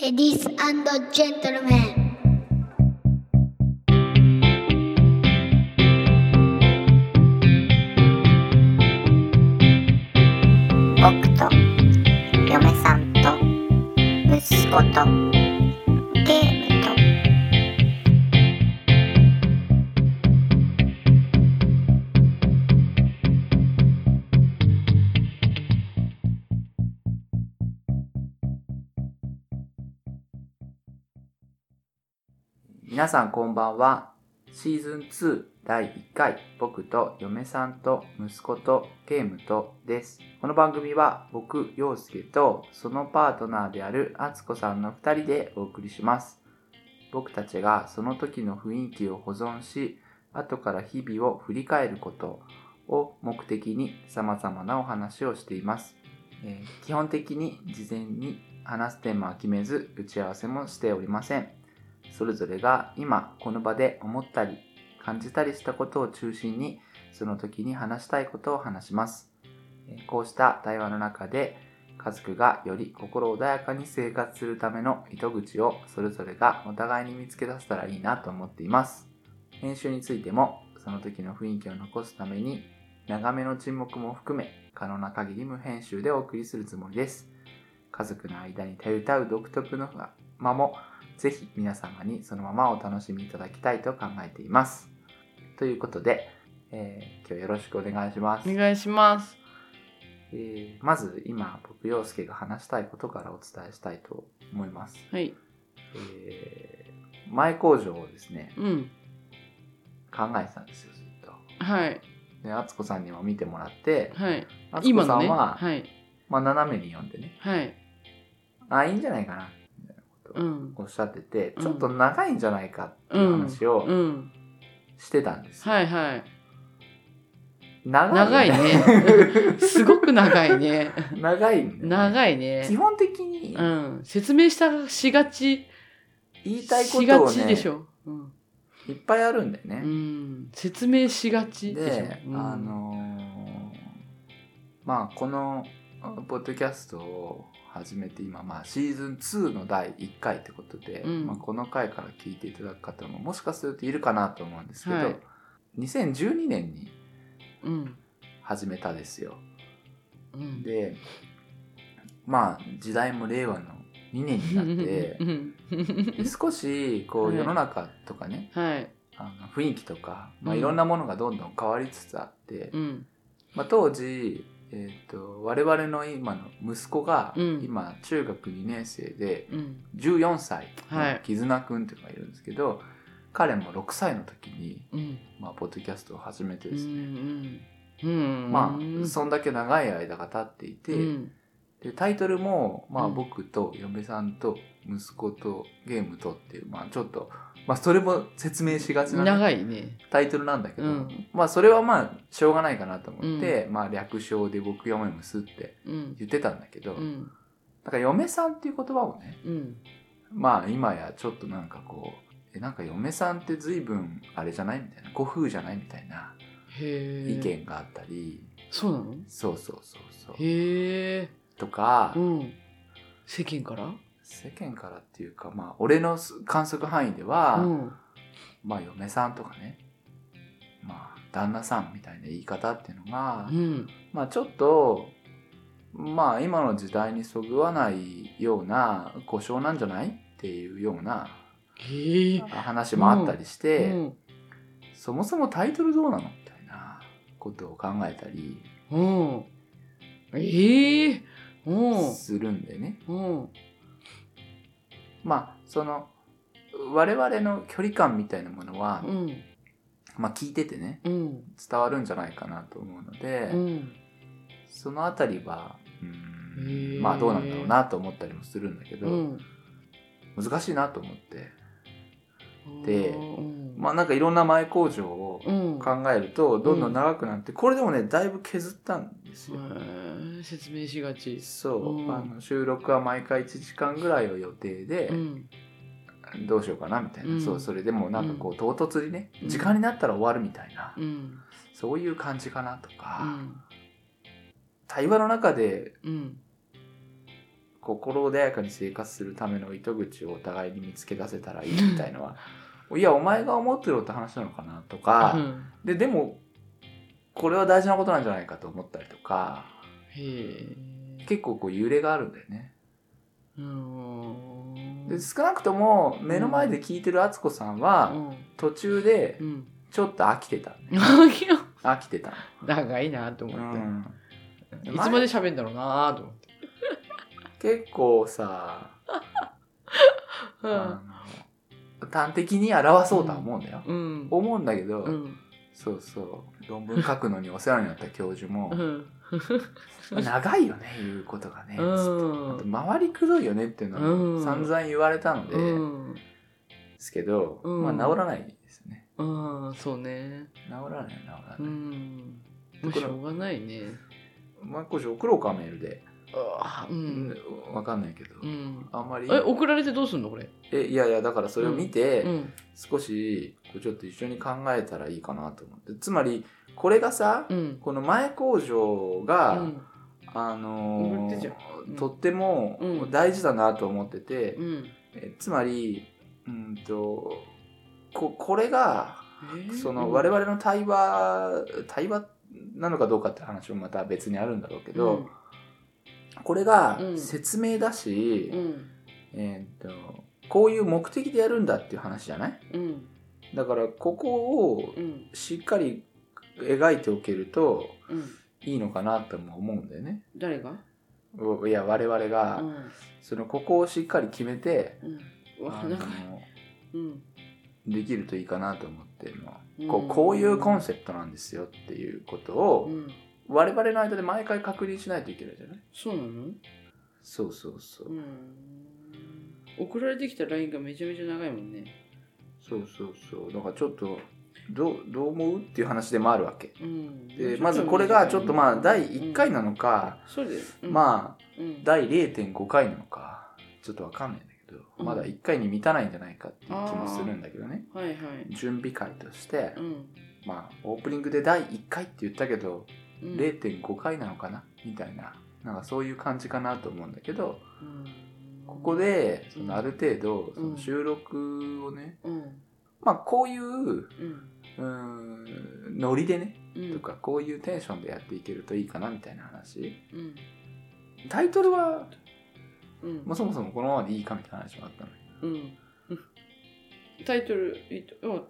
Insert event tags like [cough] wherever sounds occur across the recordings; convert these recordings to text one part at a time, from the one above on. Ladies and gentlemen. 僕と嫁さんと息子とゲームと皆さんこんばんはシーズン2第1回僕と嫁さんと息子とゲームとですこの番組は僕陽介とそのパートナーである敦子さんの2人でお送りします僕たちがその時の雰囲気を保存し後から日々を振り返ることを目的に様々なお話をしています、えー基本的に事前に話すテーマは決めず打ち合わせもしておりませんそれぞれが今この場で思ったり感じたりしたことを中心にその時に話したいことを話しますえーこうした対話の中で家族がより心穏やかに生活するための糸口をそれぞれがお互いに見つけ出せたらいいなと思っています編集についてもその時の雰囲気を残すために長めの沈黙も含め可能な限り無編集でお送りするつもりです家族の間にたゆたう独特の間もぜひ皆様にそのままお楽しみいただきたいと考えています。ということで、えー今日よろしくお願いします。お願いしますえーまず今僕陽介が話したいことからお伝えしたいと思います。はいえー前工場をですねうん考えてたんですよずっと。はいで敦子さんにも見てもらってはい敦子今さのんねは、はいまあ、斜めに読んでねはいあいいんじゃないかなみたいなことうをんおっしゃってて、うんちょっと長いんじゃないかっていう話をうんしてたんですよ。はいはい長長いいね [laughs] ねすごく長いね長いんだよね長いね基本的にうん説明したしがち言いたいこしとがをちねでしょうんいっぱいあるんだようね。ん説明しがちでしょで、うんあのーまあこのポッドキャストを始めて今、まあ、シーズン2の第1回ってことで、うんまあ、この回から聞いていただく方ももしかするといるかなと思うんですけど、はい2012年にうん始めたですよ。うんでまあ時代も令和の2年にな [laughs] ってうんで少しこはうい世の中とかねはいあの雰囲気とか、まあ、うんいろんなものがどんどん変わりつつあって、うんまあ、当時、えー、と我々の今の息子がうん今中学2年生でうん14歳はのい絆くんっていうのがいるんですけど、彼も6歳の時に、うんまあ、ポッドキャストを始めてうですね、んうんまうんあそんだけ長い間が経っていて、うんでタイトルも、まあ、うん僕と嫁さんと息子とゲームとっていう、まあ、ちょっと、まあ、それも説明しがちなね、長いねタイトルなんだけど、うんまあそれはまあしょうがないかなと思って、まあ略称で僕嫁もすってうん言ってたんだけど、なうんんか嫁さんっていう言葉をねうんまあ今やちょっとなんかこうえなんか嫁さんって随分あれじゃないみたいなご夫婦じゃないみたいなへえ意見があったり、そうなのそうそうそうそうへえとか、うん世間から世間からっていうかまあ俺の観測範囲では、うんまあ嫁さんとかねまあ旦那さんみたいな言い方っていうのが、うんまあちょっとまあ今の時代にそぐわないような故障なんじゃないっていうようなへえ話もあったりして、うんそもそもタイトルどうなのみたいなことを考えたりうんええうんするんでね、うんまあその我々の距離感みたいなものは、うんまあ聞いててねうん伝わるんじゃないかなと思うので、うんそのあたりはうんへえまあどうなんだろうなと思ったりもするんだけど、うん難しいなと思ってでうんまあなんかいろんな前工場をうん考えるとどんどん長くなって、これでもねだいぶ削ったんですよ。へえ説明しがちそう、うんあの収録は毎回1時間ぐらいを予定でう、んどうしようかなみたいな、うんそうそれでもなんかこう唐突にね、うん時間になったら終わるみたいな、うんそういう感じかなとうか、ん対話の中でうん心穏やかに生活するための糸口をお互いに見つけ出せたらいいみたいのはいやお前が思ってろって話なのかなとか、うんででもこれは大事なことなんじゃないかと思ったりとかへえ結構こう揺れがあるんだよね。うーんで少なくとも目の前で聞いてる敦子さんは、うん途中でうん [laughs] ちょっと飽きてた、ね、飽きてた、長いなとう思って、ん、いつまで喋んだろうなと思って、結構さ、あの端的に表そうとは思うんだよ、うんうん思うんだけど、うんそうそう論文書くのにお世話になった教授もうん長いよね言うことがね、つっうてあとん回りくどいよねっていうのうはん散々言われたので、うんですけど、うんまあ治らないですよねうんそうね治らない治らない、うんもうしょうがないねまあこれ送ろうかメールで、あううんん、わかんないけど、うんあんまりえ送られてどうすんのこれえいやいやだからそれを見て、うん少しこうちょっと一緒に考えたらいいかなと思ってつまりこれがさ、うんこの前工場うが、んあの送ーってちゃううんとってもうん大事だなと思ってて、うんえつまりうんとここれがえーそうのん我々の対話対話なのかどうかって話もまた別にあるんだろうけど、これがうん説明だし、うんうんえーっとこういう目的でやるんだっていう話じゃないうんだからここをうんしっかり描いておけるとうんいいのかなとも思うんだよね。誰がういや我々が、うんそのここをしっかり決めて、うんうわあの長いうんできるといいかなと思ってもううんこうこういうコンセプトなんですよっていうことをうん我々の間で毎回確認しないといけないじゃないそうなのそうそうそう、うん送られてきた LINE がめちゃめちゃ長いもんねそうそうそうだからちょっとどうどう思うっていう話でもあるわけうんでまずこれがちょっとまあ第1回なのか、そうだようんまあうん第0.5回なのかちょっとわかんないんだけど、うんまだ1回に満たないんじゃないかっていう気もするんだけどねはいはい準備会として、うんまあオープニングで第1回って言ったけどうん0.5回なのかなみたいななんかそういう感じかなと思うんだけどうんここでそうんのある程度そうんの収録をね、うんまあこういううんうーんノリでねうんとかこういうテンションでやっていけるといいかなみたいな話うんタイトルは、うんまあ、そもそもこのままでいいかみたいな話もあったのにうんタイトルいいとあ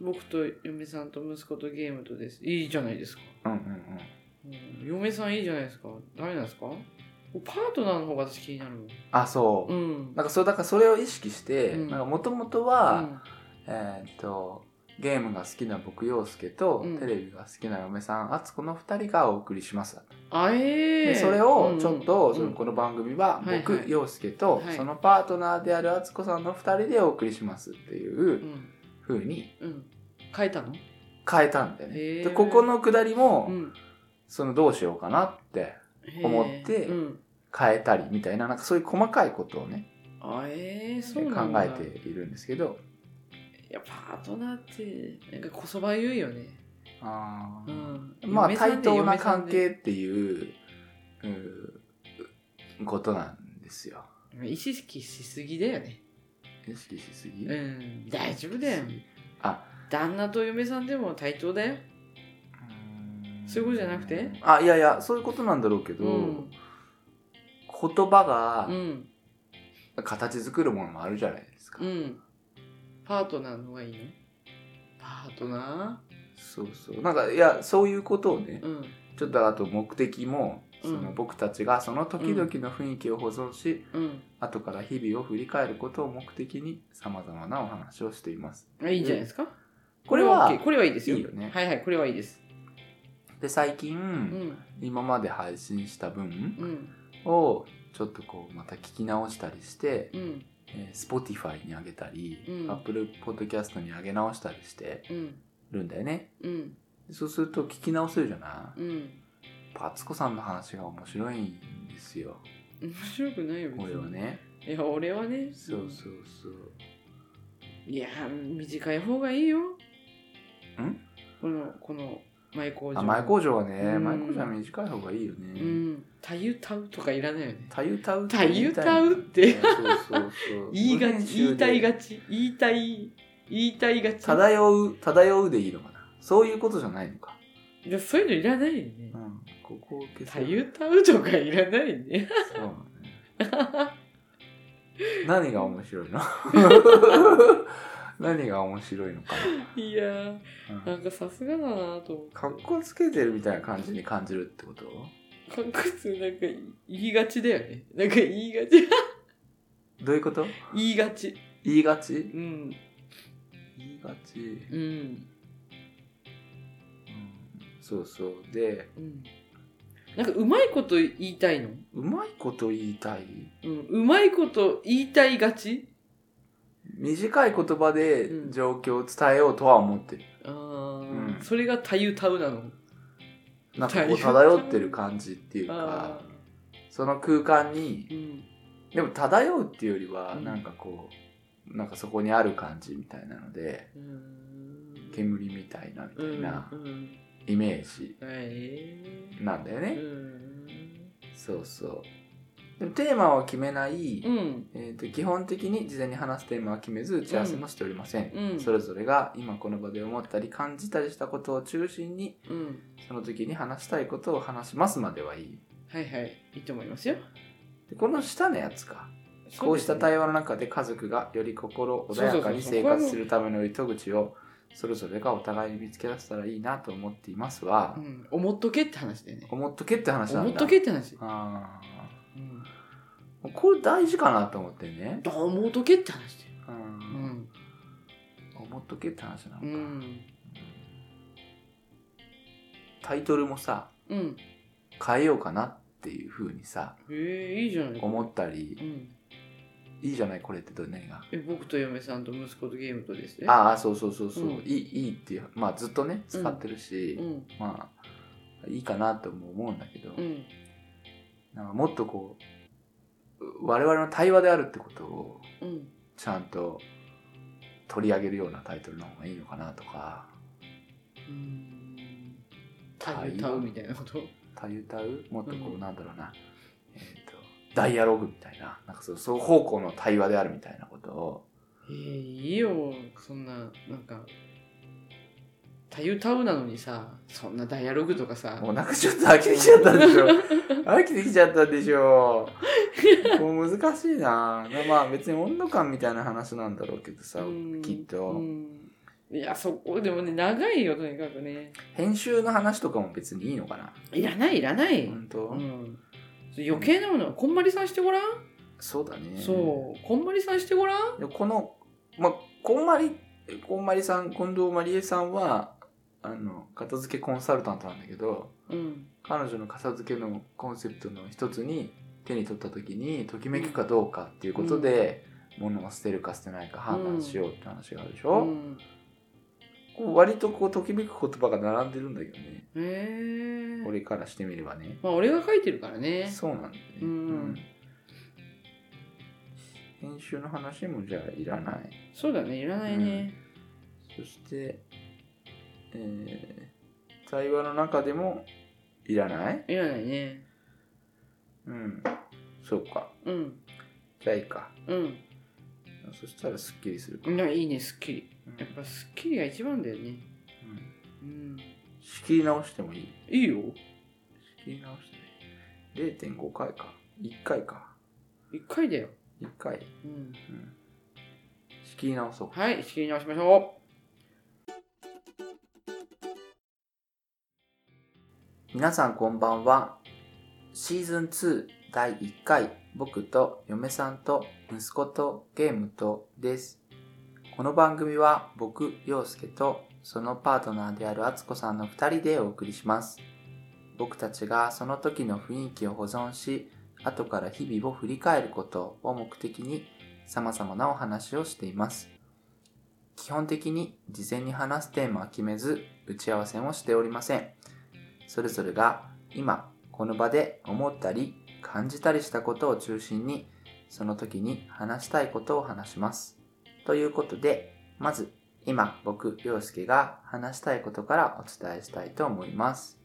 僕と嫁さんと息子とゲームとですいいじゃないですかうんうんうんうん嫁さんいいじゃないですかダメなんですかパートナーの方が私気になるもんあそう、うんなんかそうだからそれを意識してうんもともとうは、んえーっとゲームが好きな僕陽介と、うんテレビが好きな嫁さん敦子の2人がお送りしますあえでーそれをちょっと、うんそのこの番組ははいはい僕、陽介とはいそのパートナーである敦子さんの2人でお送りしますっていううん風にうん変えたの変えたんだよへね。ーでここのくだりも、うんそのどうしようかなってへー思ってうん変えたりみたいななんかそういう細かいことをねあえーそ考うなんだえているんですけどいやパートナーってなんかこそばゆいよねあうーんまあ嫁さ対んで等な嫁さん関で係っていううんことなんですよ。意識しすぎだよね意識しすぎうん大丈夫だよあ旦那と嫁さんでも対等だようーんそういうことじゃなくてあいやいやそういうことなんだろうけど、うん言葉うんが形作るものもあるじゃないですか、うんパートナーの方がいいのパートナそうそうなんかいやそういうことをねーうんちょっとあと目的もそのうん僕たちがその時々の雰囲気を保存し、うん後から日々を振り返ることを目的にさまざまなお話をしていますあいいんじゃないですかこれは OK これはいいですよいいよねはいはいこれはいいですで最近、うん今まで配信した分うんをちょっとこうまた聞き直したりして、うんえー Spotify に上げたり、うん Apple Podcast に上げ直したりしてうんるんだよねうんそうすると聞き直せるじゃない、うんパツコさんの話が面白いんですよ面白くないよ別にこれはねいや俺はねそうそうそういや短い方がいいよんこのこの前工場あ前工場はね、うん前工場は短い方がいいようね。ん「たゆたう」とかいらないよねたゆたうたゆたうってそうそうそう。言いが文ち集言いでたいがち言いたい言いたいがち漂う、漂うでいいのかな。そういうことじゃないのか。いやそういうのいらないよねうん。ここを消たせばゆたうとかいらないね [laughs] そうなのね。何が面白い [laughs] の何が面白いのかいやな、ーうなんんかさすがだなと思ってかっこつけてるみたいな感じに感じるってことかっこつなんか言いがちだよねなんか言いがち [laughs] どういうこと言いがち言いがちうん言いがち、うんうん、そうそうでうんなんかうまいこと言いたいのうまいこと言いたいうん、うまいこと言いたいがち短い言葉でうん状況を伝えようとは思ってる、あ、うんーそれがたゆたうなのなんかこう大丈夫漂ってる感じっていうあかその空間にーうんでも漂うっていうよりはうんなんかこう、なんかそこにある感じみたいなのでうーん煙みたいなみたういんなうんイメージはいなんだよね、うんそうそうでもテーマは決めない、うんえー、と基本的に事前に話すテーマは決めず打ち合わせもしておりません、うんそれぞれが今この場で思ったり感じたりしたことを中心にうんその時に話したいことを話しますまではいいはいはいいいと思いますよでこの下のやつかこうした対話の中で家族がより心穏やかに生活するための糸口をそれぞれがお互いに見つけ出せたらいいなと思っていますはう、ん、思っとけって話だよね思っとけって話なんだ思っとけって話、あうん、ーこれ大事かなと思ってね、どう思っとけって話だよう、うんん思っとけって話なのうか、んタイトルもさうん変えようかなっていうふうにさえー、いいじゃない思っったうりんいいじゃないこれってどう何がえ僕と嫁さんと息子とゲームとですねああそうそうそうそう、うんいいいいっていうまあずっとね使ってるし、うんまあいいかなとも思うんだけど、うんなんかもっとこうう我々の対話であるってことをうんちゃんと取り上げるようなタイトルの方がいいのかなとかうん歌う歌うみたいなこと「たゆたう」もっとこう、うんなんだろうな、えー、とダイアログみたいななんかそう双方向の対話であるみたいなことをえー、いいよそんななんか「たゆたう」なのにさそんなダイアログとかさもうなんかちょっと飽きてきちゃったんで [laughs] しょ飽きてきちゃったんでしょもう難しいなまあ別に温度感みたいな話なんだろうけどさうんきっとうんいやそこでもね長いよとにかくね編集の話とかも別にいいのかないらないいらない、本当、うん余計なものはこんまりさんしてごらん、そうだねそうこんまりさんしてごらんでこの、まあ、こんまり、こんまりさん、近藤まりえさんは、あの、片付けコンサルタントなんだけど、うん彼女の片付けのコンセプトの一つに、手に取った時に、ときめくかどうかっていうことで、物を捨てるか捨てないか判断しようって話があるでしうょ、んこう割とこう、ときめく言葉が並んでるんだけどね。へえ俺からしてみればね。まあ俺が書いてるからねそうなんだよね。うん編集の話もじゃあいらない。そうだねいらないね、そして、えー対話の中でもいらないいらないねうん。そうか。うんじゃあいいか。うんそしたらすっきりするか。いやいいねすっきりうんやっぱすっきりが一番だよねうんうん仕切り直してもいいいいよ仕切り直してもいい。0.5回か。1回か。一回だよ、 1回。うん、うん。仕切り直そう。はい仕切り直しましょ皆さんこんばんは。シーズン2第1回、僕と嫁さんと息子とゲームとです。この番組は僕、陽介とそのパートナーである敦子さんの2人でお送りします。僕たちがその時の雰囲気を保存し、後から日々を振り返ることを目的に様々なお話をしています。基本的に事前に話すテーマは決めず、打ち合わせもしておりません。それぞれが今この場で思ったり感じたりしたことを中心にその時に話したいことを話します。ということでまず今、僕、陽介が話したいことからお伝えしたいと思います。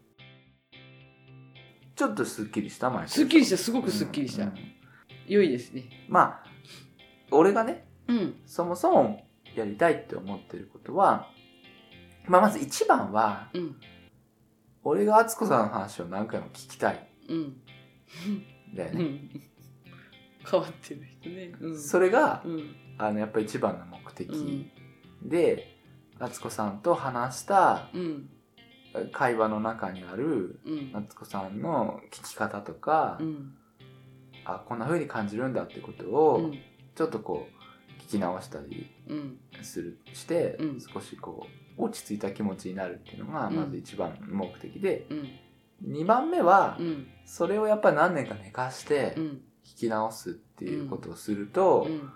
ちょっとすっきりした前すっきりしたすごくすっきりした良いですねまあ、俺がね、うんそもそもやりたいって思ってることは、まあ、まず一番は、うん俺が敦子さんの話を何回も聞きたいうんんだようね。ん変わってる人ねうんそれがう、んあの、やっぱ一番の目的うんで、敦子さんと話したうん会話の中にある、うん敦子さんの聞き方とか、うんあ、こんな風に感じるんだってことうをん、ちょっとこう、聞き直したりうんする、して、うん少しこう、落ち着いた気持ちになるっていうのが、うんまず一番の目的で、うん2番目は、うんそれをやっぱ何年か寝かしてう、ん聞き直すっていうことをすると、うん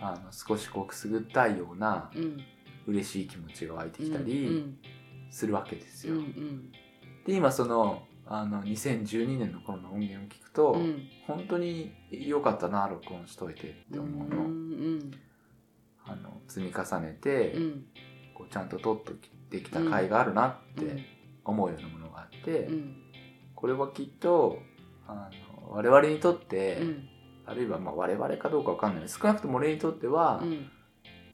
あの少しこうくすぐったいようなうん嬉しい気持ちが湧いてきたうんうりんするわけですうよ。んで今そのあの2012年の頃の音源を聞くと、うんうん本当に良かったな録音しといてって思うの,、うんあの積み重ねて、うんこうちゃんと撮っとできた甲斐があるなっうんて思うようなものがあって、うんこれはきっとあの我々にとっうて、んあるいはまあ我々かどうかわかんない少なくとも俺にとってはうん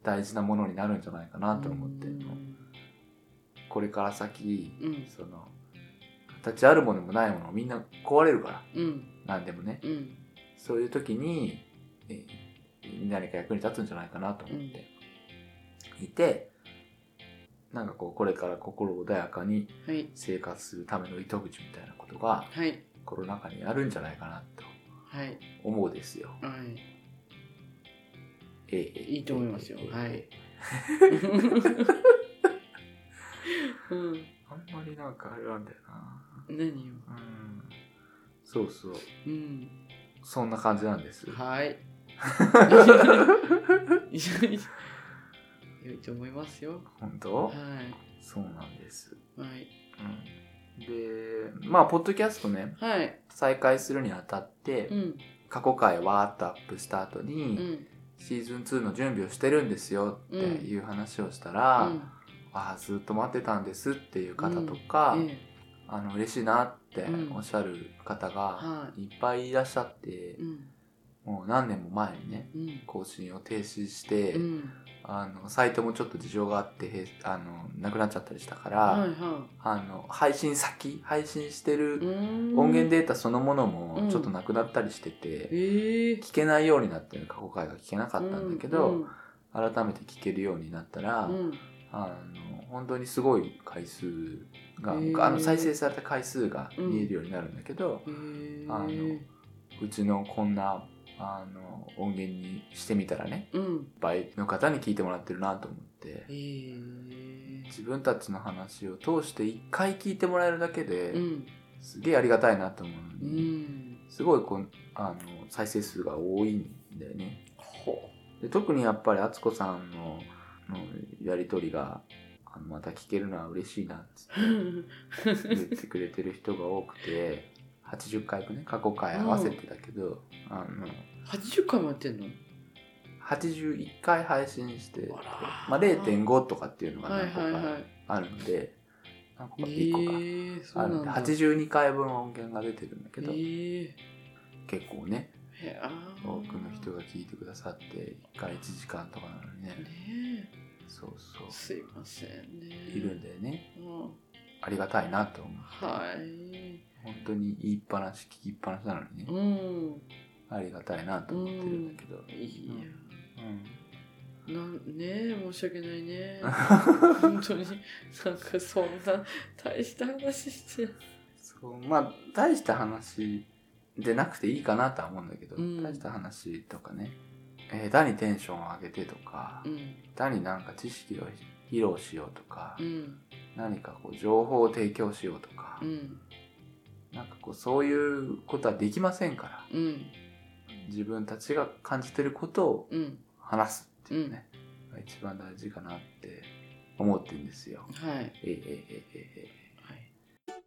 大事なものになるんじゃないかなと思ってるの、これから先うんその形あるものもないものもみんな壊れるからうん何でもねうんそういう時にえー何か役に立つんじゃないかなと思っていて、なんかこうこれから心穏やかにはい生活するための糸口みたいなことがはいコロナ禍にあるんじゃないかなとはい思うですよ。はいええいいと思いますよええはいええうんあんまりなんかあれなんだよな。何ようんそうそう。うんそんな感じなんです。 [laughs] はい。良いと思いますよ。本は当そうなんです。い。はい。うん、で、まあ、ポッドキャストね、はい。再開するにあたって、うん。過去回わーっとアップした後うに、ん。シーズン2の準備をしてるんですよっていう話をしたら、うんああ、ずっと待ってたんですっていう方とか、えあの、嬉しいなってうんおっしゃる方がはいいっぱいいらっしゃってえ。う、ん。もう何年も前にね、うん。更新を停止して、うん。あのサイトもちょっと事情があってへいあのなくなっちゃったりしたから、はいはあの配信先配信してい。うるーん音源。データそのものうもんちょっとなくなったりしてて、ええ。聞けないようになってる過去回が聞けなかったんだけど、うん。改めて聞けるようになったら、うんあの本当にすごい回数が、へーあの再生された回数が見えるようになるんだけど、ええ。あのうちのこんなあの音源にしてみたらねうん。いっぱいの方に聞いてもらってるなと思って。ええ。自分たちの話を通して一回聞いてもらえるだけで、うん。すげえありがたいなと思ううのに、ん。すごいこうあの再生数が多いんだよねほで特にやっぱり敦子さんののやり取りがあのまた聞けるのは嬉しいなっつっう。 [laughs] て言ってくれてる人が多くて80回とね過去回合わせてだけど、あの八十回もやってんの。 81回配信して、あまあ、0.5とかっていうのがはい何個はいはかい。あるので、何個か1個か。ええ。そうあなるんんでだ。 82回分音源が出てるんだけど、ええ。結構ねへあー多くの人が聞いてくださって1回1時間とかなのにねねそうそえうすいませんねいるんだよねうんありがたいなと思うはい本当に言いっぱなし聞きっぱなしなのにね、うんありがたいなと思ってるんだけど、いやうんなんねえ申し訳な [laughs] いね本当になんかそんな大した話してそうまあ大した話でなくていいかなとは思うんだけど、うん大した話とかねえーだにテンションを上げてとか、うんだになんか知識を披露しようとか、うん何かこう情報を提供しようとか、うんなんかこうそういうことはできませんからうん自分たちが感じてることをうん話すっていうね、が一番大事かなって思ってるんですよ。はいはいええええええええ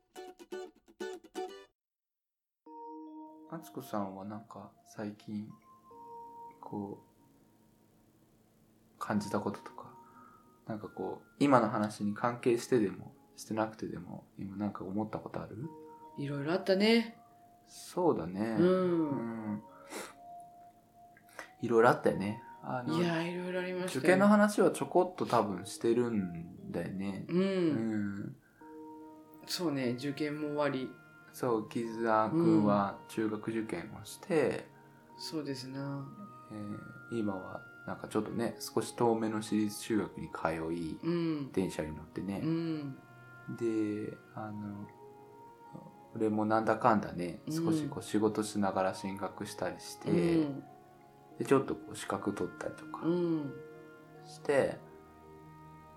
あつこさんはなんか最近こう感じたこととかなんかこう、今の話に関係してでも、してなくてでも、今なんか思ったことあるいろいろあったね。そうだね。う。うんん。いろいろあったよね。あのいや、いろいろありました受よ験の話はちょこっと多分してるんだよね。う。うんん。そうね、受験も終わり。そう、キズア君は中学受験をして、そうですな。えー今はなんかちょっとね、少し遠めの私立中学に通い、うん。電車に乗ってねう、ん。で、あの、俺もなんだかんだね、うん少しこう仕事しながら進学したりして、うん。でちょっとこう資格取ったりとかうん。して、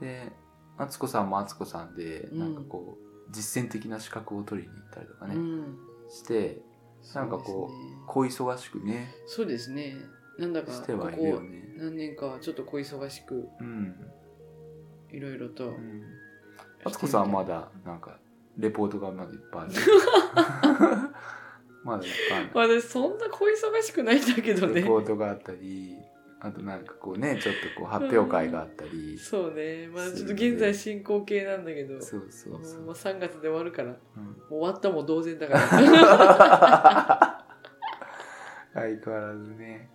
で、敦子さんも敦子さんで、うんなんかこう、実践的な資格を取りに行ったりとかうね、ん。して、なんかこ小忙しくね、う。そうですね。なんだか、してこはいるよこね。何年かはちょっと小忙しく、うん。いろいろとう。ん。敦子さんはまだ、なんか、レポートがまだいっぱいある。 [laughs] まだいっぱいある。私そんな小忙しくないんだけどレね。ポートがあったりあとなんかこうねちょっとこう発表会があったり、そうね。まだちょっと現在進行形なんだけど、そうそうそもうう、 3月で終わるから、もうん [laughs] う終わったも同然 [laughs] だから。相変わらずね、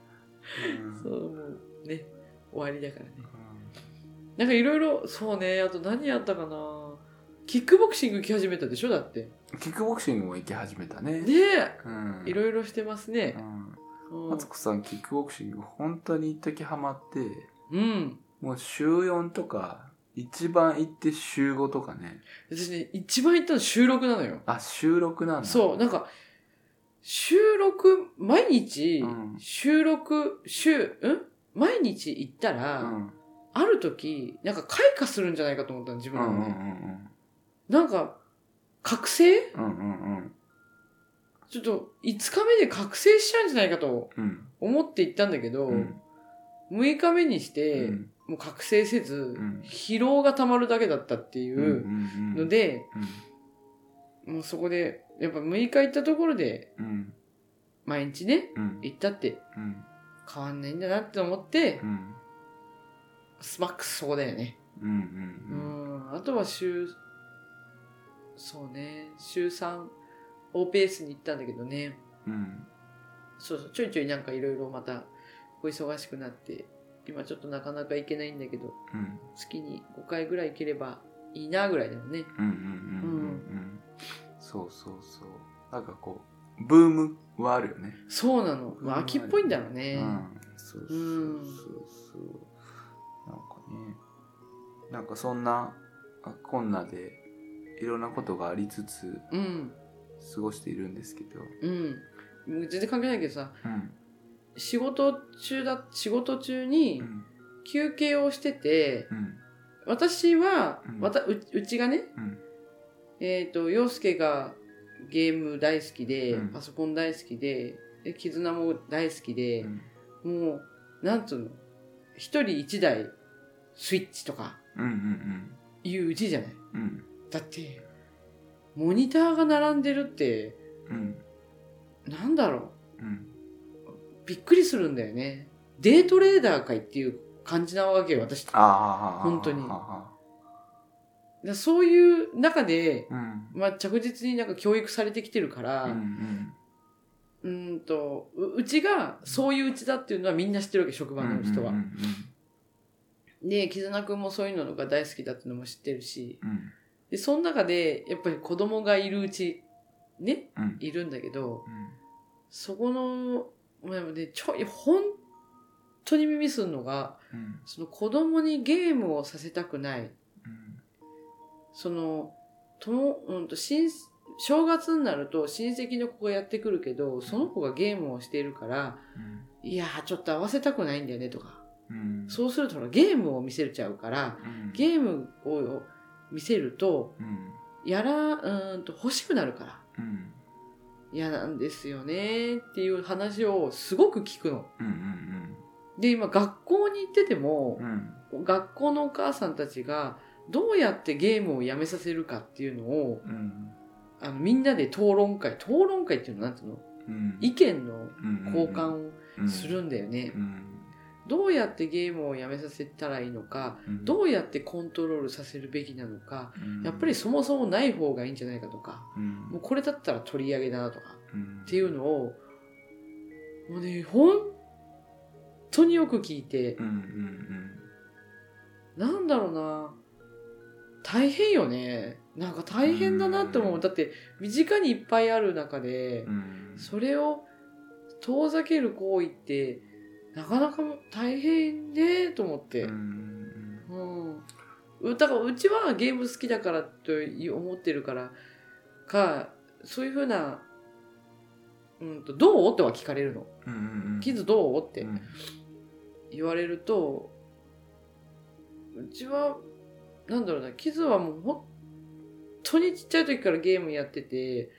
うんそう、もうね、終わりだからね。うんなんかいろいろ、そうね、あと何やったかな。キックボクシング行き始めたでしょだって。キックボクシングも行き始めたねねえ、うんいろいろしてますねう。んうんマツコさんキックボクシング本当に一時ハマってうん。もう週4とか一番行って週5とかね私ね、一番行ったの収録なのよ。あ収録なんだそう、なんか、収録、毎日うん、収録、週、うん毎日行ったら、うんある時、なんか開花するんじゃないかと思ったの、自う分んうのん中うで、んなんか、覚醒うんうんうんちょっと、5日目で覚醒しちゃうんじゃないかとうん思って行ったんだけど、うん6日目にしうて、んもう覚醒せず、ん疲労が溜まるだけだったっていうんううんので、うんもうそこで、やっぱ6日行ったところで、うん毎日ね、うん行ったってうん変わんないんだなって思って、うんスマックスそこだよね。うんううんん、あとは週、そうね、週3、オーペースに行ったんだけどね、うんそうそう、ちょいちょいなんかいろいろまた、お忙しくなって、今ちょっとなかなか行けないんだけど、うん月に5回ぐらい行ければいいなぐらいだよね。うんうんうんうんうんそうそうそうなんかこうブームはあるよねそうなの。まあ、うん秋っぽいんだろううね。んそうそうそうそうなんかねなんかそんなあこんなでいろんなことがありつつうん、過ごしているんですけどうん。もう全然関係ないけどさ、うん仕事中だ、仕事中にうん休憩をしてて、うん私は、うんわたううちがね、うんえっ、と、洋介がゲーム大好きで、うんパソコン大好きで、で絆も大好きうで、んもう、なんつうの、一人一台スイッチとかうんうんいううちじゃない。うんうんだって、モニターが並んでるって、うんなんだろうんう、びっくりするんだよね。デートレーダーかいっていう感じなわけよ、私。ああ本当にああだそういう中で、うんまあ、着実になんか教育されてきてるから、ううん、うんんとう、うちがそういううちだっていうのはみんな知ってるわけ、職場の人は。うんで、絆くんもそういうのが大好きだっていうのも知ってるし、うんうんで、その中で、やっぱり子供がいるうち、ね、うんうんいるんだけど、うんそこの、まあね、ちょい、本当に耳すんのが、うんその子供にゲームをさせたくない。うんその、とも、うんと、親、正月になると親戚の子がやってくるけど、その子がゲームをしているから、いやー、ちょっと合わせたくないんだよねとか。うんうんそうするとほら、ゲームを見せちゃうから、うんゲームを見せると、うんやら、うーんと欲しくなるからうん嫌なんですよねっていう話をすごく聞くの。うんで、今学校に行っててもうんう、ん学校のお母さんたちがどうやってゲームをやめさせるかっていうのを、うんあのみんなで討論会、討論会っていうのはなんていうのうん意見のうん交換をするんだよね。うんどうやってゲームをやめさせたらいいのか、どうやってコントロールさせるべきなのか、やっぱりそもそもない方がいいんじゃないかとか、うん、もうこれだったら取り上げだなとか、うんっていうのを、もうね、本当によく聞いてう、んうんなんだろうな、大変よね。なんか大変だなって思うう。んだって、身近にいっぱいある中でうんう、んそれを遠ざける行為って、なかなか大変ねと思って。うんうん、だからうちはゲーム好きだからと思ってるからかそういうふうな、うんと「どう?」っては聞かれるのうんうんうん「キズどう?」ってうん言われるとうちはなんだろうなキズはもう本当にちっちゃい時からゲームやってて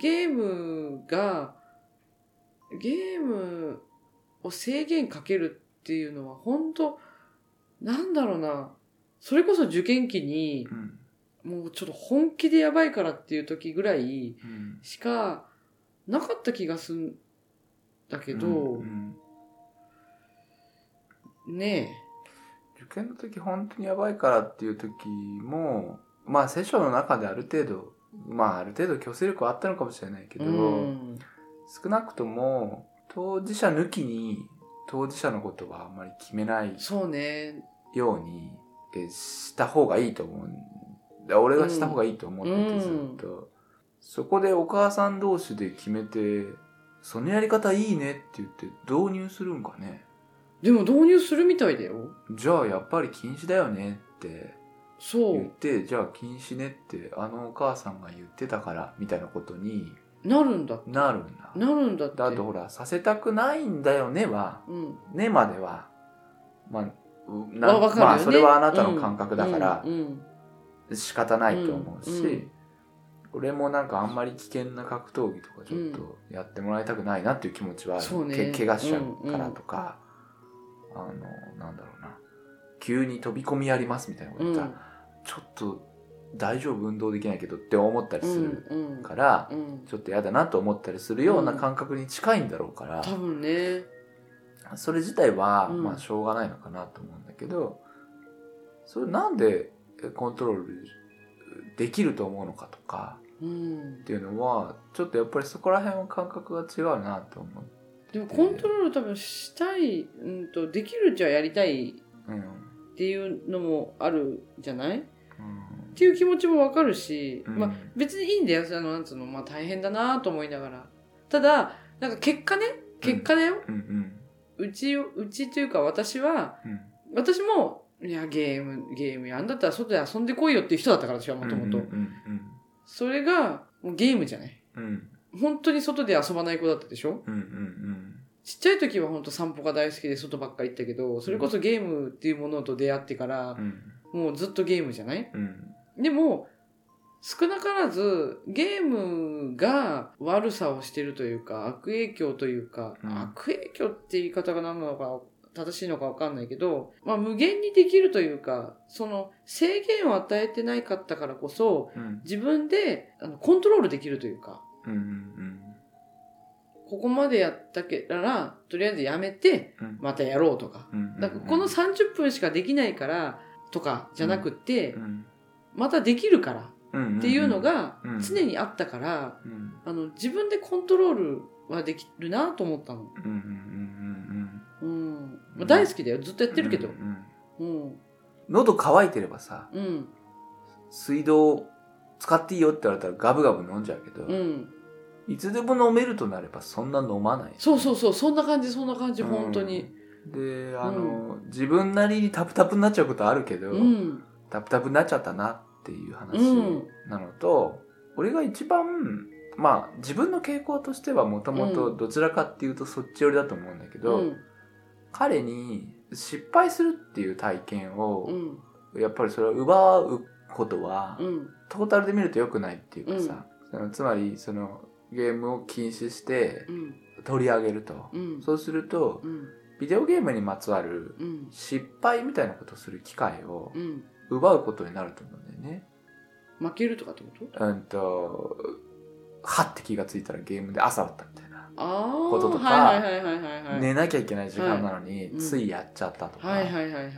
ゲームがゲームを制限かけるっていうのは本当なんだろうなそれこそ受験期にうんもうちょっと本気でやばいからっていう時ぐらいうんしかなかった気がするんだけど、うんねえ受験の時本当にやばいからっていう時もまあ聖書の中である程度まあある程度強制力はあったのかもしれないけど、うん少なくとも当事者抜きに当事者のことはあんまり決めないそうねようにえーした方がいいと思うんだ俺がした方がいいと思ってうてんずっと、そこでお母さん同士で決めてそのやり方いいねって言って導入するんかねでも導入するみたいだよじゃあやっぱり禁止だよねってそ言っうてじゃあ禁止ねってあのお母さんが言ってたからみたいなことになるんだなるんだなるんだってだってほらさせたくないんだよねはうんねまではまあうなわわかるよねまあそれはあなたの感覚だから、うんうん仕方ないと思うし、うんうん俺もなんかあんまり危険な格闘技とかちょっとやってもらいたくないなっていう気持ちはある、そうねけ怪我しちゃうからとか、あのなんだろうな急に飛び込みやりますみたいなことう言んったら、ちょっと大丈夫運動できないけどって思ったりするうんうんから、うんちょっと嫌だなと思ったりするような感覚に近いんだろうから、多分ねそれ自体は、うんまあしょうがないのかなと思うんだけどそれなんでえコントロールできると思うのかとかうんっていうのはちょっとやっぱりそこら辺は感覚が違うなと思う。でもコントロール多分したい、うん、とできるじゃやりたいうんっていうのもあるじゃないっうんていう気持ちもわかるし、うんまあ別にいいんだよあのなんつうの、まあ、大変だなと思いながらただなんか結果ね結果だよ、うんうんうちうちというか私はうん私もいやゲームゲームやんだったら外で遊んでこいよっていう人だったから私はもともとうんうんそれがもうゲームじゃないうんうん本当に外で遊ばない子だったでしょうんうんちっちゃい時は本当散歩が大好きで外ばっか行ったけどそれこそゲームっていうものと出会ってからうんうんもうずっとゲームじゃないうんでも少なからずゲームが悪さをしてるというか悪影響というか、うん悪影響って言い方が何なのか正しいのか分かんないけど、まあ、無限にできるというかその制限を与えてないかったからこそうん自分であのコントロールできるというかうんうんここまでやったからとりあえずやめてうんまたやろうとかうんだからこの30分しかできないからとかじゃなくって、うんまたできるからうんっていうのがうん常にあったから、うんうんあの自分でコントロールはできるなと思ったの、うんうんうんうんうまあ、ん大好きだよずっとやってるけどうんうんうん喉乾いてればさうん水道使っていいよって言われたらガブガブ飲んじゃうけど、うんいつでも飲めるとなればそんな飲まないそうそうそうそんな感じそんな感じうん本当にであの、自分なりにタプタプになっちゃうことあるけど、うんタプタプになっちゃったなっていう話うんなのと、俺が一番まあ自分の傾向としてはもともとどちらかっていうとそっち寄りだと思うんだけうど、ん彼に失敗するっていう体験うを、んやっぱりそれを奪うことは、うんトータルで見ると良くないっていうかさ、そのつまりそのゲームを禁止してうん取り上げると、うんそうするとうんビデオゲームにまつわるうん失敗みたいなことをする機会をうん奪うことになると思うんだよね。負けるとかってことうんとはって気がついたらゲームで朝だったみたいなあーこととかはいはいはいはいはい寝なきゃいけない時間なのに、うんついやっちゃったとか、はいはいはいはい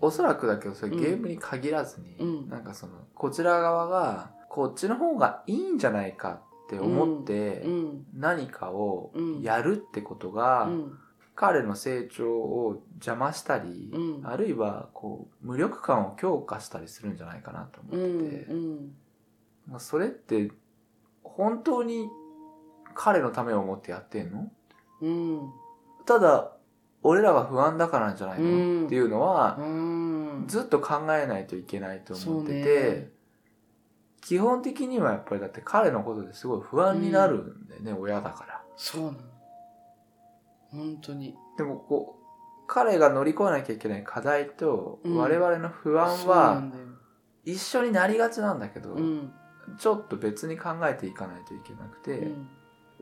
おそらくだけどそれうんゲームに限らずに、うんなんかそのこちら側がこっちの方がいいんじゃないかって思って、うん何かをうんやるってことが、うん彼の成長を邪魔したり、うんあるいはこう無力感を強化したりするんじゃないかなと思うっんてて、うんまあそれって本当に彼のためを思ってやってんのうんただ俺らが不安だからなんじゃないの、うんっていうのは、うんずっと考えないといけないと思ってそて、うね基本的にはやっぱりだって彼のことですごい不安になるんだよね、親だから。そうなの本当にでもこう彼が乗り越えなきゃいけない課題とうん我々の不安そうなはんだよ一緒になりがちなんだけど、うんちょっと別に考えていかないといけなくて、うん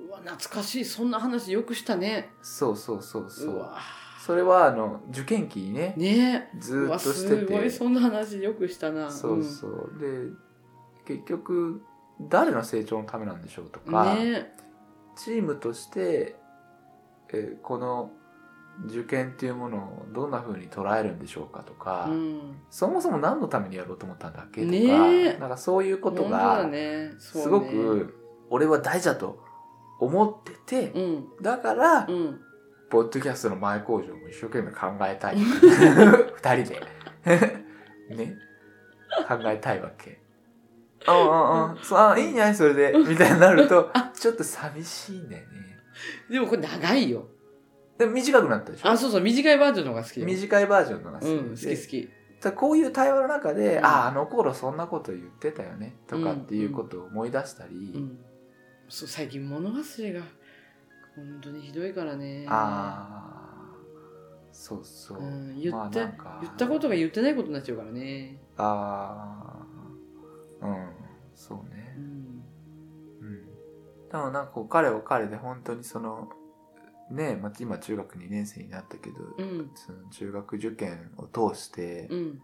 うわ懐かしいそんな話よくしたねそうそうそうそううわそれはあの受験期にねねずうーわっとしてすてごいそんな話よくしたなそうそう、で結局誰の成長のためなんでしょうとうんか、ねチームとして、えーこの受験っていうものをどんな風に捉えるんでしょうかとか、うんそもそも何のためにやろうと思ったんだっけとか、ねえなんかそういうこと本当だが、ねそうねすごく俺は大事だと思ってうて、んだからう、んポッドキャストの前工場も一生懸命考え [laughs] たい。二人で。 [laughs] ね。考えたいわ [laughs] け。うんうんうん。そう、あいいんじゃないそれで。みたいになる [laughs] と、ちょっと寂しいんだよね。でもこれ長いよでも短くなったでしょあそうそう短いバージョンの方が好きだよ短いバージョンのが好きうでん好き好きただこういう対話の中で、うんあああの頃そんなこと言ってたよねとかっていうことを思い出したり、うんそう最近物忘れが本当にひどいからねああそうそう、うん言まあっなたんか言ったことが言ってないことになっちゃうからねああうんそううねんうんでもなんかこう彼は彼で本当にそのねえ、まあ、今中学2年生になったけど、うんその中学受験を通して、うん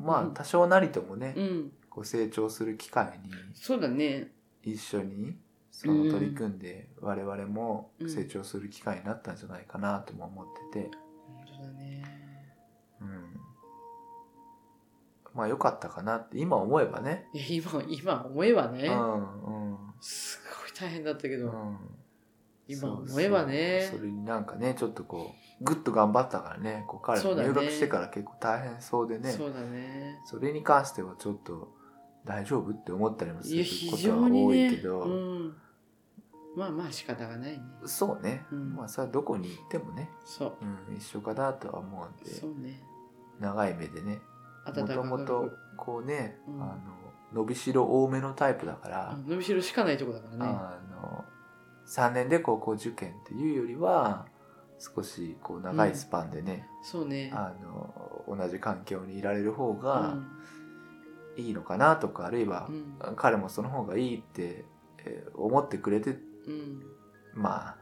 まあ多少なりともね、うんこう成長する機会にそうだね一緒にそうのん取り組んで我々も成長する機会になったんじゃないかなとも思ってて、本当だねうん、まあ良かったかなって今思えばね、いや今今思えばうねんうんすごい大変だったけうど、ん、今そう思えばねそうそれになんかねちょっとこうグッと頑張ったからねこう彼そうだね入学してから結構大変そうでねそそうだねれに関してはちょっと大丈夫って思ったりもするいやこ非と常はに多いねけど、うん、まあまあ仕方がないねそうね、うんまあそれはどこに行ってもね、そううん、一緒かなとは思うんでそうね長い目でね温もかとくもとこうね、うんあの伸びしろ多めのタイプだから、うん伸びしろしかないとこだからねあの3年で高校受験っていうよりは少しこう長いスパンでね、そうねあの同じ環境にいられる方うがんいいのかなとか、あるいはう、ん彼もその方がいいって、えー思ってくれてうんまあ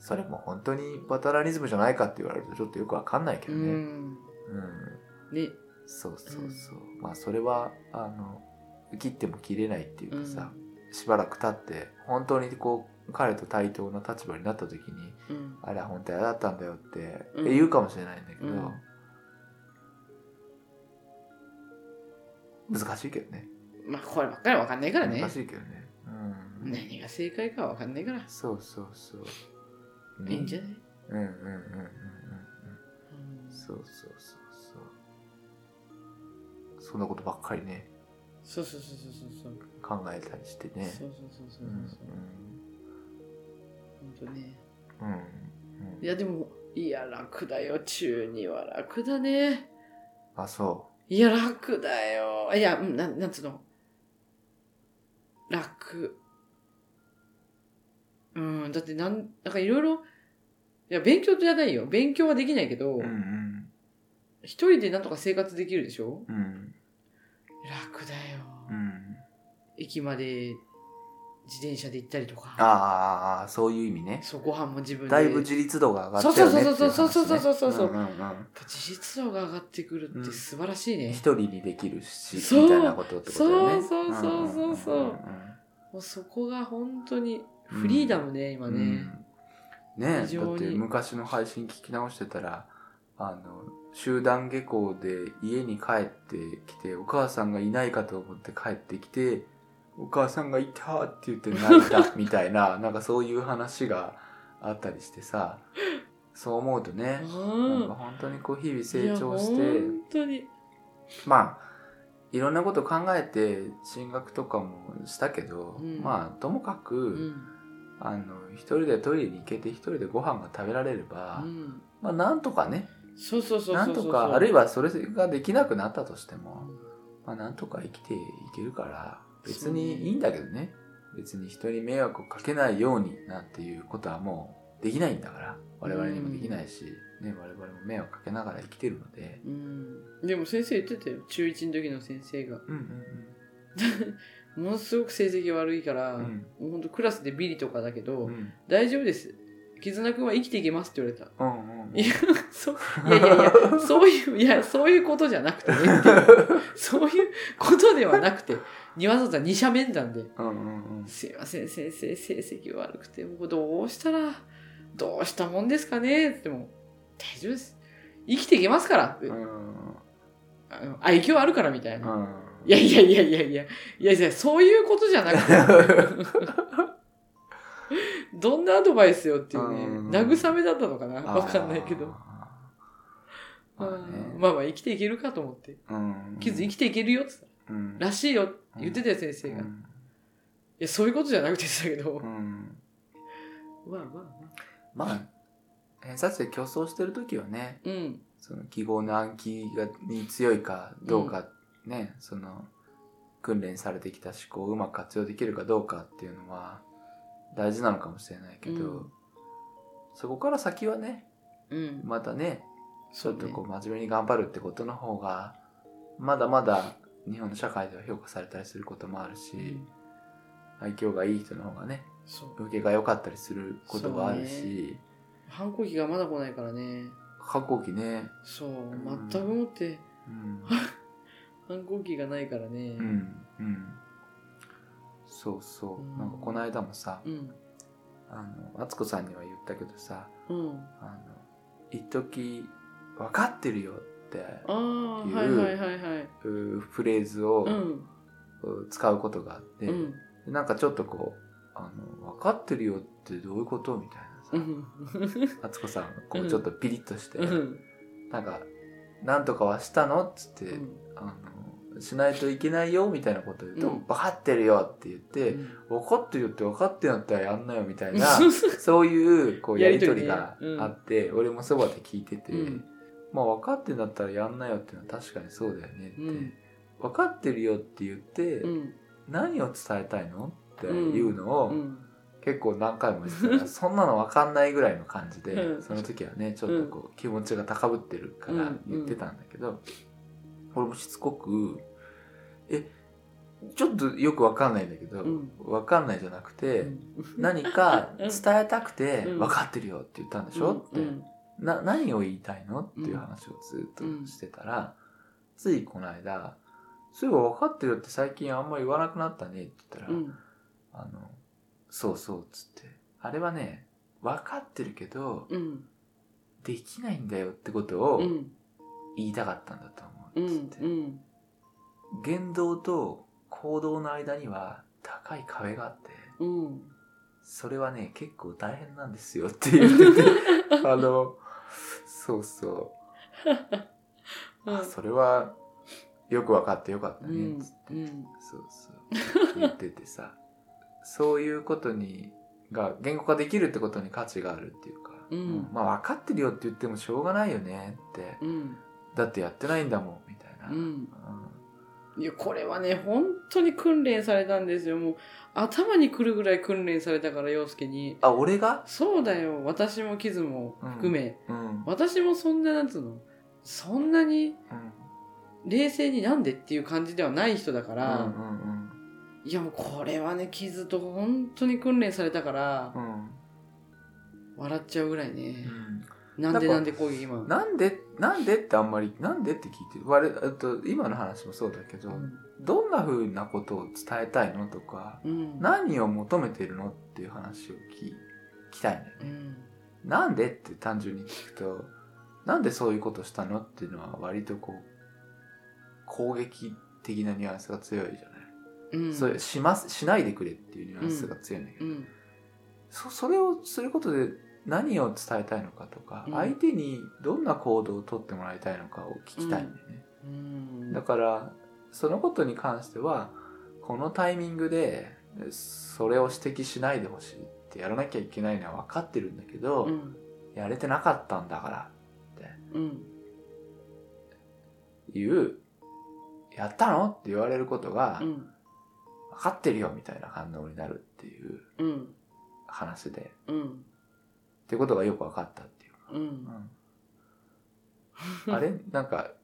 それも本当にバタラリズムじゃないかって言われるとちょっとよくわかんないけうどね。んうんねそうそうそう、まあそれはあの切っても切れないっていうかさ、しばらく経って本当にこう彼と対等な立場になった時にうんあれは本当は嫌だったんだよってうん言うかもしれないんだけど、難しいけどねまあこればっかりは分かんないからね難しいけどねうん何が正解かは分かんないからそうそうそう、ねいいんじゃないうんうんうんうんうんうんうんそうそうそうそうそんなことばっかりねそうそうそうそうそうそう考えたりしてねそうそうそうそううん本当ねうんうんうんいやでもいや楽だよ中には楽だねあそいや楽だよいやうんなんなんつうの楽うんだってなんなんかいろいろいや勉強じゃないよ勉強はできないけど、ううん一人でなんとか生活できるでしょうんうん楽だよ、うん駅まで自転車で行ったりとかああそういう意味ねそうご飯も自分でだいぶ自立度が上がったよねってい話ねそうそうそうそうそうそうそうそうんんんやっぱ自立度が上がってくるっうんて素晴らしいね、一人にできるしそうみたいなことってことだよねそうそうそうそうそうんんんんんもうそこが本当にフリーダムね、今うね。んね非え常だにって昔の配信聞き直してたらあの集団下校で家に帰ってきてお母さんがいないかと思って帰ってきてお母さんがいたって言って泣いたみたい [laughs] ななんかそういう話があったりしてさそう思うとね、うんなんか本当にこう日々成長しいやて本当に。まあいろんなこと考えて進学とかもしたけど、うんまあともかく、うん。あの一人でトイレに行けて一人でご飯が食べられれば、うんまあなんとかねそうそうそうそうそう。なんとかあるいはそれができなくなったとしても、まあ、なんとか生きていけるから別にいいんだけどね別に人に迷惑をかけないようになんていうことはもうできないんだから我々にもできないし、ね、我々も迷惑かけながら生きてるので。うん。でも先生言ってたよ。中1の時の先生が。うんものすごく成績悪いから、うんうんもうほんとクラスでビリとかだけうど、んうん大丈夫です。絆くんは生きていけますって言われた。うんうんいや、そう、いやいやいや、そういう、いや、そういうことじゃなくてねっていう。そういうことではなくて、わざわざ二者面談で、うんうんうんすいません、先生、成績悪くて、もうどうしたら、どうしたもんですかねっても、大丈夫です。生きていけますから。うんあの愛嬌あるからみたいな。うんいやいやいやいやいや、いやいや、そういうことじゃなくて。どんなアドバイスよっていうね、うん慰めだったのかなわかんないけど。あーままああねまあまあ生きていけるかと思って。うんキズ生きていけるよって言ったうんららしいよって言ってたよ、先生が。ういんや、そういうことじゃなくてだけどう。んまあまあまあ。まあ偏差値で競争してる時はねうん。その記号の暗記がに強いかどうかね、その訓練されてきた思考をうまく活用できるかどうかっていうのは大事なのかもしれないけど、うんそこから先はねうん。またねちそょうっねとこう真面目に頑張るってことの方がまだまだ日本の社会では評価されたりすることもあるし、うん愛嬌がいい人の方がねそう。受けが良かったりすることもあるし、反抗期がまだ来ないからね。反抗期ね、そう。ん全くもってうん、反抗期がないからね。う。ん、うん、そうそう、うんなんかこの間もさうん。あの敦子さんには言ったけどさうん。あの一時分かってるよってああ、っていうはいはいはいはい。うフレーズをうん。う使うことがあって、うん。でなんかちょっとこうあの分かってるよってどういうことみたいうん。うなさん敦子さんこううんちょっとピリッとして、うん。なんか「なんとかはしたの?」っつって、あの「しないといけないよ」みたいなことを言うと「うん分かってるよ」って言って、分かってるよって分かってんだったらやんなよみたいな [laughs] そういうこうややりりととりりねがあって、俺もそばで聞いてて、うんまあ分かってんだったらやんなよっていうのは確かにそうだよねって、うん分かってるよって言って、うん。何を伝えたいのっていうのを、うん。結構何回もしてたらそんなの分かんないぐらいの感じで、うんその時はねちょっとこう気持ちが高ぶってるから言ってたんだけど、俺もしつこく「えちょっとよく分かんないんだけど、うん分かんないじゃなくて、うん何か伝えたくてう「ん分かってるよ」って言ったんでしょ、って、うんな何を言いたいのっていう話をずっとしてたら、ついこの間「そういえば分かってるよって最近あんま言わなくなったね」って言ったうら「ん。あの、そうそうっつって。あれはね、分かってるけど、うん。できないんだよってことうをん。言いたかったんだとう思うっつんって。うん。言動と行動の間には高い壁があって、うん。それはね、結構大変なんですよって言って [laughs] て、あの、そうそう。あ、それは、よく分かってよかったねっつって。うん。そうそう言っててさそういうことにが言語化できるってことに価値があるっていうか、うんまあ分かってるよって言ってもしょうがないよねってうん。だってやってないんだもんみたいな、うん。ういや、これはね、本当に訓練されたんですよ。もう、頭にくるぐらい訓練されたから、陽介に。あ俺が、そうだよ。私もキズも含め。うん私もそんな、なんつうの、そんなにうん冷静になんでっていう感じではない人だかうんら、うんいや、もうこれはね、キズと本当に訓練されたから、うん笑っちゃうぐらいね。うなんでなんで攻撃今。んなんでなんでってあんまりなんでって聞いてる我々えっと今の話もそうだけど、うんどんな風なことを伝えたいのとかうん何を求めてるのっていう話を聞き聞きたいんだよねうんなんでって単純に聞くとなんでそういうことしたのっていうのは割とこう攻撃的なニュアンスが強いじゃない、うんそういうしますしないでくれっていうニュアンスが強いんだけど、うんそそれをすることで何を伝えたいのかとか、うん相手にどんな行動をとってもらいたいのかを聞きたいんだよね、うんだからそのことに関してはこのタイミングでそれを指摘しないでほしいってやらなきゃいけないのは分かってるんだけど、うんやれてなかったんだからうんいう「やったの?」って言われることが「うん分かってるよ」みたいな反応になるっていううん話でうんってことがよく分かったっていうか、ううん [laughs] んあれなんか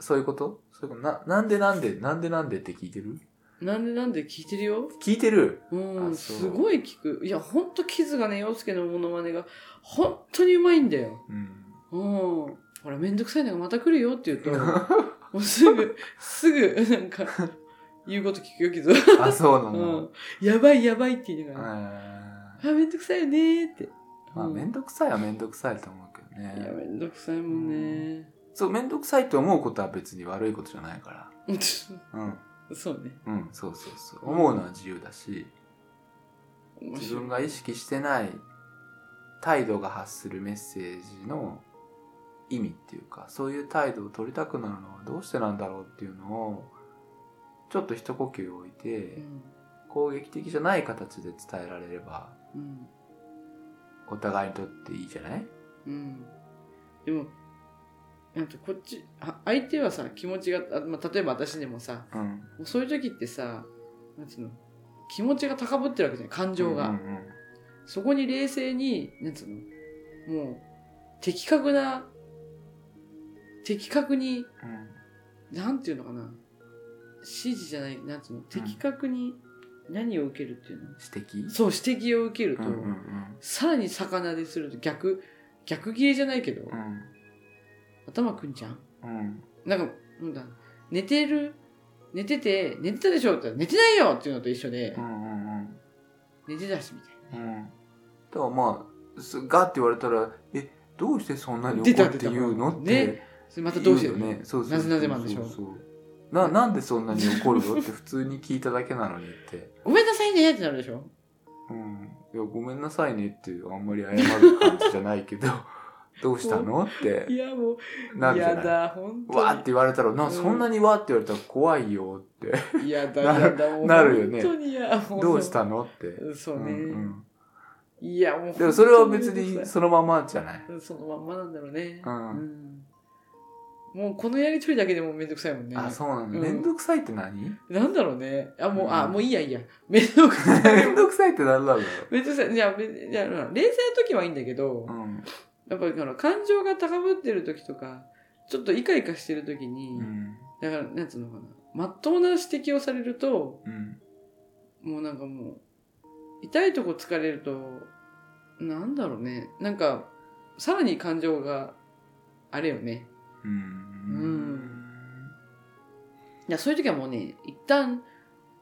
そういうことそういうことななんでなんでなんでなんでって聞いてるなんでなんで聞いてるよ聞いてるうんあそうすごい聞くいやほんとキズがね陽介のモノマネが本当にうまいんだよ [laughs] うんうんほらめんどくさいのがまた来るよって言 [laughs] うともうすぐすぐなんか言うこと聞くよキズはあそうなうの、んやばいやばいって言いなえがらーあめんどくさいよねーってまあうん面倒くさいは面倒くさいと思うけどいやねめんどくさいもんねそう面倒くさいと思うことは別に悪いことじゃないからうん [laughs] そうねうんそうそうそう思うのは自由だし面自白い分が意識してない態度が発するメッセージの意味っていうかそういう態度を取りたくなるのはどうしてなんだろうっていうのをちょっと一呼吸置いて、うん攻撃的じゃない形で伝えられればうんお互いにとっていいじゃないうんでもなんかこっちあ相手はさ気持ちがあ、まあ、例えば私でもさうんもうそういう時ってさなんつうの気持ちが高ぶってるわけじゃない感情が、うんうんそこに冷静になんつうのもう的確な的確にうんなんていうのかな指示じゃないなんつうの的確に何を受けるっていうの、指摘そう指摘を受けると、うんうんさらに逆なですると逆逆切れじゃないけど、うん頭くんじゃんうんなんかなんだ寝てる寝てて寝てたでしょって言ったら寝てないよっていうのと一緒で、うんうん寝てたしみたいうんうんだからまあすガって言われたらえどうしてそんなに怒って言うのって、出た出たなそれまたどうして言るよねそうそうそうなぜなぜマンでしょそうそうななんでそんなに怒るのって普通に聞いただけなのにって、ごめんなさいねってなるでしょうん、いやごめんなさいねってあんまり謝る感じじゃないけど [laughs] どうしたのっていやもうなるじゃやないだ本当にわーって言われたらな、うんそんなにわーって言われたら怖いよってやだなるやだもうなるよね本当に嫌も [laughs] どうしたのって、そうね、うんいやもう、うんでもそれは別にそのままじゃないそのまんまなんだろうねうんうんもうこのやりとりだけでもめんどくさいもんねあそうなのうん面倒くさいって何 [laughs] なんだろうね。あ、もう、うんあ、もういいやいいや。めんどくさい。面倒くさいって何なんだろう、めんどくさい。じゃあ、めじゃあ冷静な時はいいんだけどう、んやっぱりあの感情が高ぶってる時とか、ちょっとイカイカしてる時に、うんだから、なんつうのかな。まっとうな指摘をされると、うんもうなんかもう、痛いとこ疲れると、なんだろうね。なんか、さらに感情が、あれよね。うんうんいや、そういう時はもうね、一旦、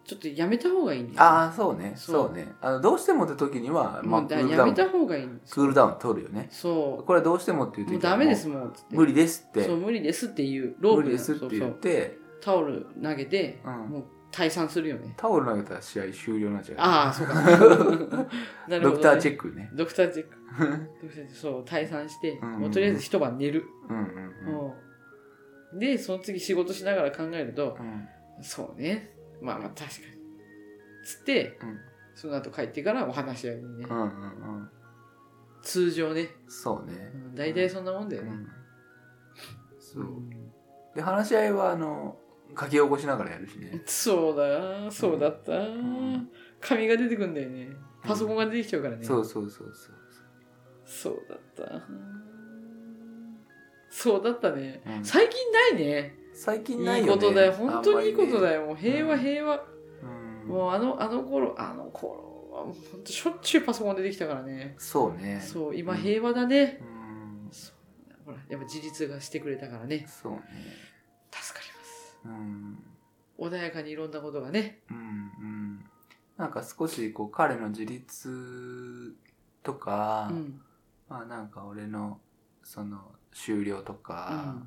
ちょっとやめた方がいいんだよああそうねそうそうねあのどうしてもって時には、まあ、もうクだールやダウめンた方がいいんですクールダウン取るよねそう。これはどうしてもっていう時もうはダメですももうっつってう無理ですってそう無理ですっていうロー無プ理ですってそ言っうてそうタオル投げて、うんもう退散するよねタオル投げたら試合終了なんじゃないああ [laughs] そうかなるほど、ね、ドクターチェッェックねクドクターチェック [laughs] ドクターチェックそう退散して、うんもうとりあえず一晩寝る、うんうんうんでその次仕事しながら考えるとう、んそうねまあまあ確かにつって、うんその後帰ってからお話し合いにね、うんうんうんうん通常ね、そうねうん、大体そんなもんだうよね、んそううんで話し合いはあの書き起こしながらやるしねそうだそうだった、ん紙が出てくんだよねパソコンが出てきちゃうからね、そうそうそうそうそうだったそうだったね、うん最近ないね最い近ないいよねことだよ本当にいいことだよ、よ、もう平和うん平和、うんもうあのあの頃あの頃はもう本当しょっちゅうパソコン出てきたからねそうねそう今平和だね、うんそうほらやっぱ自立がしてくれたからねそうね助かりますうん穏やかにいろんなことがね。うんうん、なんか少しこう彼の自立とか、うん。まあなんか俺のその終了とか、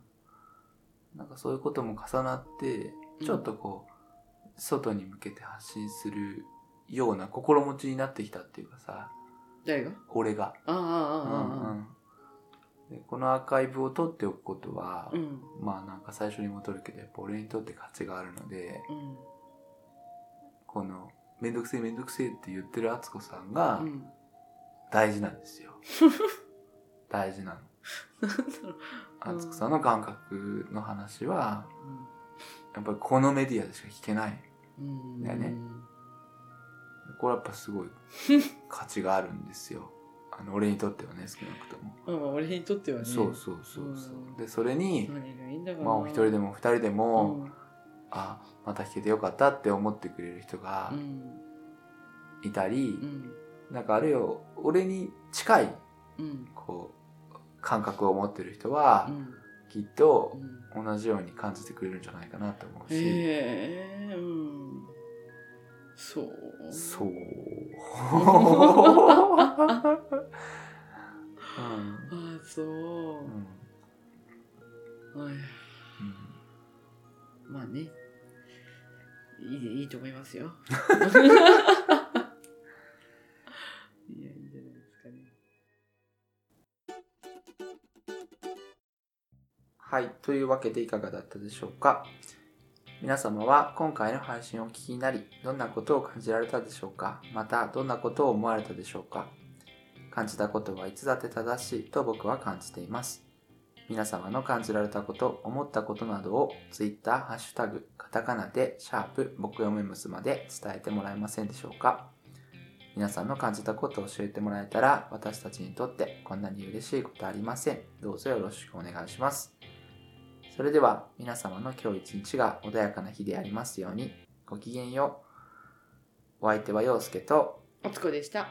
なんかそういうことも重なってちょっとこう、外に向けて発信するような心持ちになってきたっていうかさ誰が俺が、ああ、うんああ、ああうんでこのアーカイブを取っておくことは、あ。うん。まあなんか最初に戻るけどやっぱ俺にとって価値があるのでうん。この「めんどくせえめんどくせえ」って言ってる敦子さんがうん。大事なん [laughs] ですよ大事なのなんだろう。うん敦子さんの感覚の話はやっぱりこのメディアでしか聞けないうん。だよねこれやっぱす [laughs] ごい価値があるんですよあの俺にとってはね少なくとも、まあまあ、俺にとってはね。そうそうそうそう、うんでそれに、何がいいんだかな。まあお一人でも。も二人でも、あまた聞けてよかったって思ってくれる人がうん。いたり、うん。なんかあるいは俺に近いうん。こう感覚を持ってる人は、うん。きっとうん。同じように感じてくれるんじゃないかなと思うし、へえうん。そう。そう [laughs] うんああ、そう。うんはい。うんまあね。いい、いいと思いま [laughs] すよ。いや、いいんじゃないですかね。はい。というわけでいかがだったでしょうか皆様は今回の配信をお聞きになり、どんなことを感じられたでしょうかまた、どんなことを思われたでしょうか感じたことはいつだって正しいと僕は感じています。皆様の感じられたこと、思ったことなどを Twitter、ハッシュタグ、カタカナで、シャープ、僕読めむすまで伝えてもらえませんでしょうか皆さんの感じたことを教えてもらえたら、私たちにとってこんなに嬉しいことはありません。どうぞよろしくお願いします。それでは皆様の今日一日が穏やかな日でありますようにごきげんよう。お相手は陽介とおつこでした。